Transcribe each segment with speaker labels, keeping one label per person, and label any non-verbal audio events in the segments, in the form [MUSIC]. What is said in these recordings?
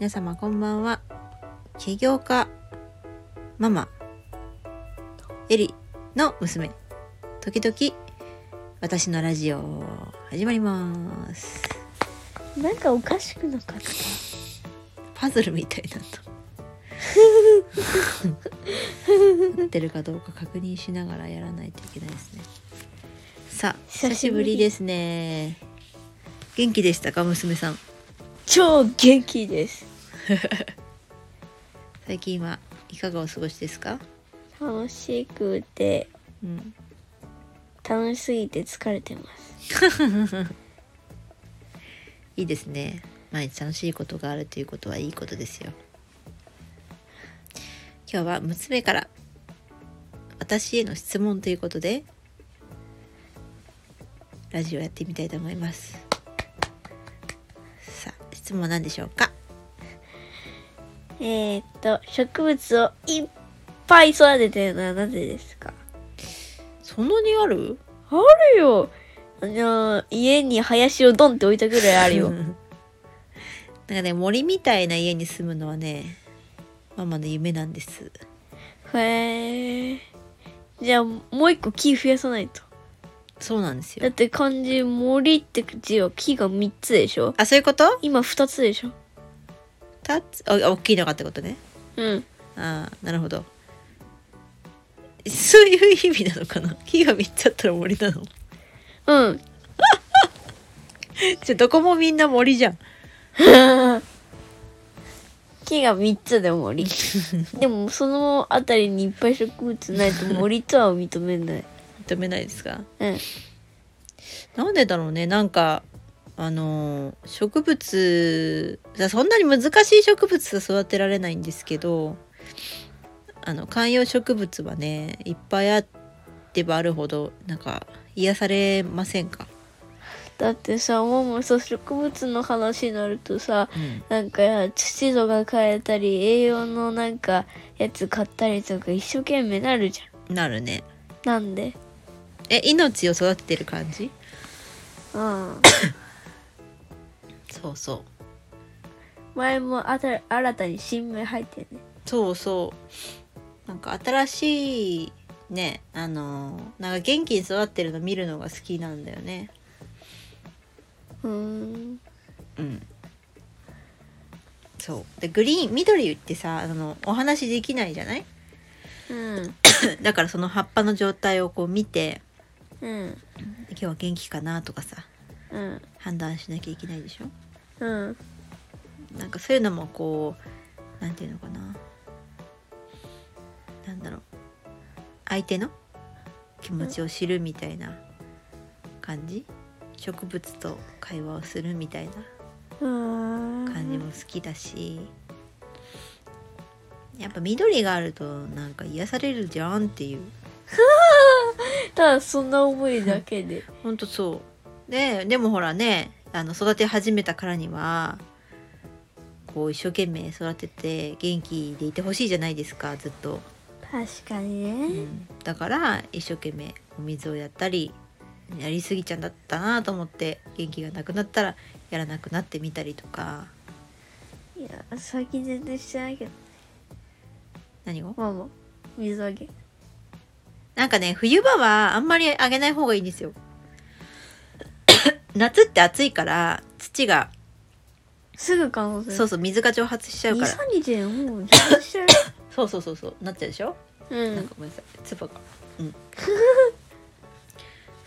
Speaker 1: 皆様こんばんは起業家ママエリの娘時々私のラジオ始まります
Speaker 2: なんかおかしくなかった
Speaker 1: パズルみたいだった合ってるかどうか確認しながらやらないといけないですねさあ久
Speaker 2: 久
Speaker 1: し
Speaker 2: し
Speaker 1: ぶ
Speaker 2: ぶ
Speaker 1: り
Speaker 2: り
Speaker 1: ですね元気でしたか娘さん
Speaker 2: 超元気です
Speaker 1: 最近はいかがお過ごしですか
Speaker 2: 楽しくて
Speaker 1: うん
Speaker 2: 楽しすぎて疲れてます
Speaker 1: いいですね毎日楽しいことがあるということはいいことですよ今日は娘から私への質問ということでラジオやってみたいと思いますさあ質問は何でしょうか
Speaker 2: えー、っと植物をいっぱい育ててるのはなぜですか
Speaker 1: そんなにある
Speaker 2: あるよあのー家に林をドンって置いたぐらい
Speaker 1: [LAUGHS]
Speaker 2: あるよ
Speaker 1: なんかね森みたいな家に住むのはねママの夢なんです
Speaker 2: へえじゃあもう一個木増やさないと
Speaker 1: そうなんです
Speaker 2: だっ
Speaker 1: よ
Speaker 2: て漢字森って字は木が3つでしょ
Speaker 1: あそういうこと
Speaker 2: 今2つでしょ
Speaker 1: たつあ大きいのがってことね
Speaker 2: うん
Speaker 1: ああなるほどそういう意味なのかな [LAUGHS] 木が見つあったら森なの [LAUGHS]
Speaker 2: うん
Speaker 1: じゃどこもみんな森じゃん
Speaker 2: 木が3つで [LAUGHS] 森でもその辺りにいっぱい植物ないと森とは認めない
Speaker 1: 認めないですか
Speaker 2: うん
Speaker 1: なんでだろうねなんかあのー植物そんなに難しい植物は育てられないんですけどあの観葉植物はねいっぱいあってばあるほどなんか癒されませんか、
Speaker 2: だってさもうもそう植物の話になるとさ
Speaker 1: うん、
Speaker 2: なんか土とか変えたり栄養のなんかやつ買ったりとか一生懸命なるじゃ
Speaker 1: なるね
Speaker 2: んなんで
Speaker 1: え命を育ててる感じ
Speaker 2: うん
Speaker 1: そうそう
Speaker 2: 前もあた新たに新芽入ってるね
Speaker 1: そうそうなんか新しいねあのーなんか元気に育ってるの見るのが好きなんだよね
Speaker 2: うーん
Speaker 1: うんそうでグリーン緑ってさあのお話できないじゃ [COUGHS] ない
Speaker 2: うん
Speaker 1: だからその葉っぱの状態をこう見て
Speaker 2: うん
Speaker 1: 今日は元気かなとかさ
Speaker 2: うん
Speaker 1: 判断しなきゃいけないでしょ
Speaker 2: うん
Speaker 1: なんかそういうのもこうなんていうのかななんだろう相手の気持ちを知るみたいな感じ植物と会話をするみたいな
Speaker 2: うん
Speaker 1: 感じも好きだしやっぱ緑があるとなんか癒されるじゃんっていう
Speaker 2: ただそんな思いだけで
Speaker 1: ほんとそうででもほらねあの育て始めたからにはこう一生懸命育てて元気でいてほしいじゃないですかずっと。
Speaker 2: [LAUGHS] 確かに
Speaker 1: う
Speaker 2: ね
Speaker 1: んだから一生懸命お水をやったりやりすぎちゃんだったなと思って元気がなくなったらやらなくなってみたりとか
Speaker 2: いや最近全然してないけど
Speaker 1: 何を
Speaker 2: ママ水あげ
Speaker 1: なんかね冬場はあんまりあげない方がいいんです [COUGHS] よ夏って暑いから土が
Speaker 2: すぐ乾燥する
Speaker 1: そうそう水が蒸発しちゃうから
Speaker 2: 23日でもう全然してる
Speaker 1: そうそうそうそうなっちゃうでしょ、
Speaker 2: う
Speaker 1: なん
Speaker 2: ん
Speaker 1: かごめんなさい唾がうん [LAUGHS]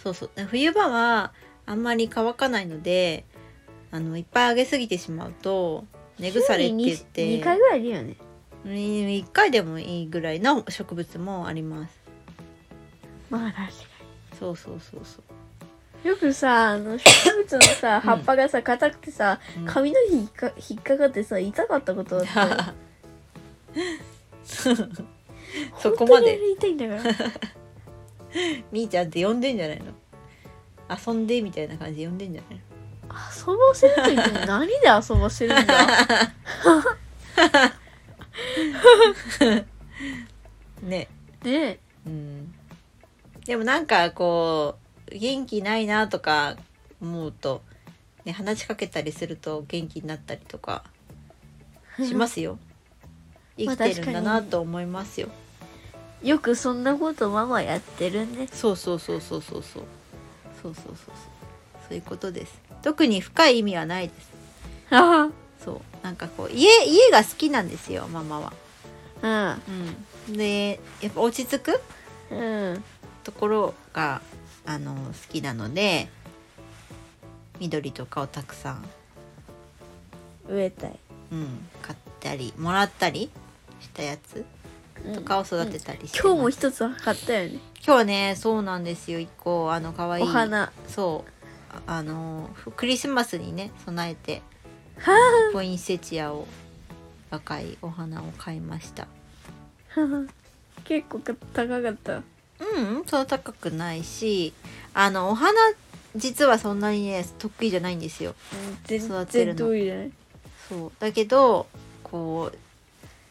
Speaker 1: そうそう冬場はあんまり乾かないのであのいっぱいあげすぎてしまうと根腐れって言って
Speaker 2: 2回ぐらいでいいよね
Speaker 1: うん1回でもいいぐらいの植物もあります
Speaker 2: まあ確か
Speaker 1: そうそうそうそう
Speaker 2: によくさあの植物のさ葉っぱがさ硬くてさ
Speaker 1: うん
Speaker 2: 髪の毛引っか引っかかってさ痛かったことあって
Speaker 1: そこま
Speaker 2: 本当にあ
Speaker 1: で
Speaker 2: れ痛いんだから
Speaker 1: [LAUGHS] みーちゃんって呼んでんじゃないの遊んでみたいな感じで呼んでんじゃない
Speaker 2: 遊ばせると言っても何で遊ばせるんだ
Speaker 1: [LAUGHS] のね
Speaker 2: ね
Speaker 1: うんでもなんかこう元気ないなとか [LAUGHS] 思うと、ね、話しかけたりすると元気になったりとかしますよ生きてるんだなと思いますよ、
Speaker 2: よくそんなことママやってるね
Speaker 1: そうそうそうそうそうそうそうそうそうそうそういうことです特に深い意味はないです
Speaker 2: あ
Speaker 1: そうなんかこう家家が好きなんですよママは、
Speaker 2: あ
Speaker 1: うん、でやっぱ落ち着く
Speaker 2: うんうん
Speaker 1: ところがあの好きなので緑とかをたくさん、
Speaker 2: 植えたい
Speaker 1: うん、買ったりもらったりしたやつとかを育てたりしてます、
Speaker 2: 今日も一つ買ったよね
Speaker 1: 今日はねそうなんですよ一個あの可愛い
Speaker 2: お花 [LAUGHS]
Speaker 1: そうああのクリスマスにね備えて
Speaker 2: は
Speaker 1: ポインセチアを赤いお花を買いました
Speaker 2: あ結構高かった
Speaker 1: うんそう高くないしあのお花実はそんなにね得意じゃないんですよ
Speaker 2: 全
Speaker 1: 育てる
Speaker 2: 然
Speaker 1: の
Speaker 2: 遠いじゃない
Speaker 1: そうだけどこ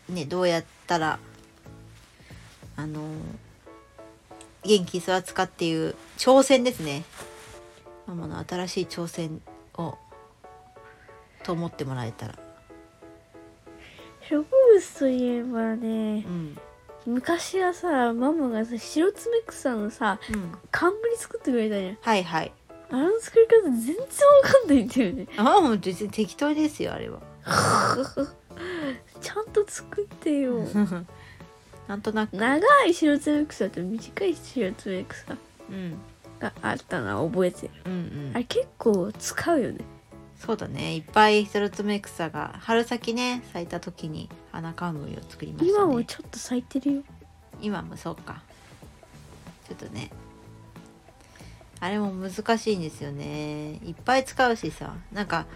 Speaker 1: うねどうやったらあの元気育つかっていう挑戦ですねママの新しい挑戦をと思ってもらえたら、
Speaker 2: 植物といえばね
Speaker 1: うん
Speaker 2: 昔はさママがさ白爪草のさ
Speaker 1: うん、
Speaker 2: 冠作ってくれたじゃん
Speaker 1: はいはい
Speaker 2: あの作り方全然わかんないんだよね [LAUGHS]
Speaker 1: あもう別に適当ですよあれは
Speaker 2: ちゃんと作ってよ
Speaker 1: [LAUGHS] なんとなく、
Speaker 2: 長い白爪草と短い白爪草
Speaker 1: うん、
Speaker 2: があったのは覚えてる
Speaker 1: うんうん
Speaker 2: あれ結構使うよね
Speaker 1: そうだねいっぱいセロトメクサが春先ね咲いた時に花冠を作りましたね
Speaker 2: 今もちょっと咲いてるよ
Speaker 1: 今もそうかちょっとねあれも難しいんですよねいっぱい使うしさなんか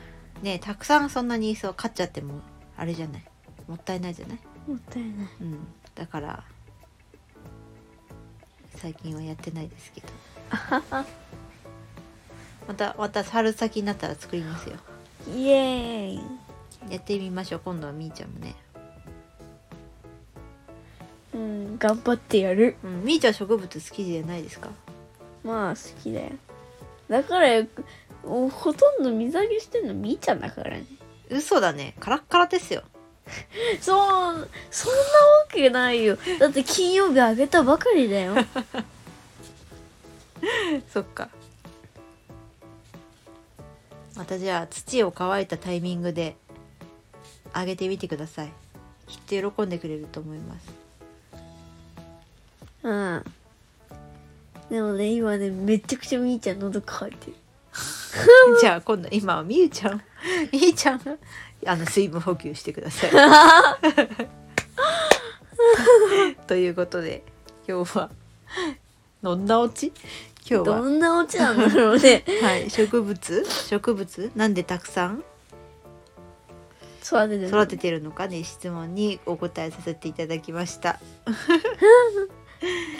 Speaker 1: ねたくさんそんなにそう買っちゃってもあれじゃないもったいないじゃない
Speaker 2: もったいない
Speaker 1: うんだから最近はやってないですけどまたまた春先になったら作りますよ
Speaker 2: イエーイ
Speaker 1: やってみましょう今度はみーちゃんもね
Speaker 2: うん頑張ってやる
Speaker 1: うんみーちゃん植物好きじゃないですか
Speaker 2: まあ好きだよだからよくおほとんど水揚げしてんのみーちゃんだからね
Speaker 1: 嘘だねカラッカラですよ
Speaker 2: そうそんなわけないよだって金曜日あげたばかりだよ
Speaker 1: そっか。またじゃあ土を乾いたタイミングであげてみてください。きっと喜んでくれると思います。
Speaker 2: うんでもね今ねめちゃくちゃみーちゃん喉乾いてる
Speaker 1: じゃあ今度今はみゆちゃん、 [LAUGHS] みゆちゃんあの水分補給してくだ [LAUGHS] さい。ということで今日はどんなオチ？今日
Speaker 2: ど
Speaker 1: は
Speaker 2: んなオチなんだろうね
Speaker 1: はい植物植物なんでたくさん
Speaker 2: 育てて
Speaker 1: 育ててるのかね質問にお答えさせていただきました。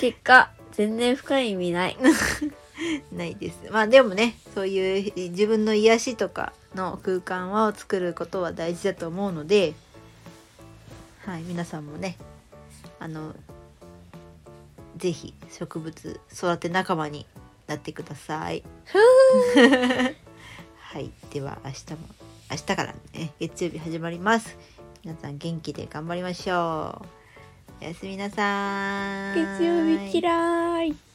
Speaker 2: 結果全然深い意味ない
Speaker 1: ないですまあでもねそういう自分の癒しとかの空間を作ることは大事だと思うのではい皆さんもねあの是非植物育て仲間になってください。はいでは明日も明日からね月曜日始まります。皆さん元気で頑張りましょう。おやすみなさーい。
Speaker 2: 月曜日嫌い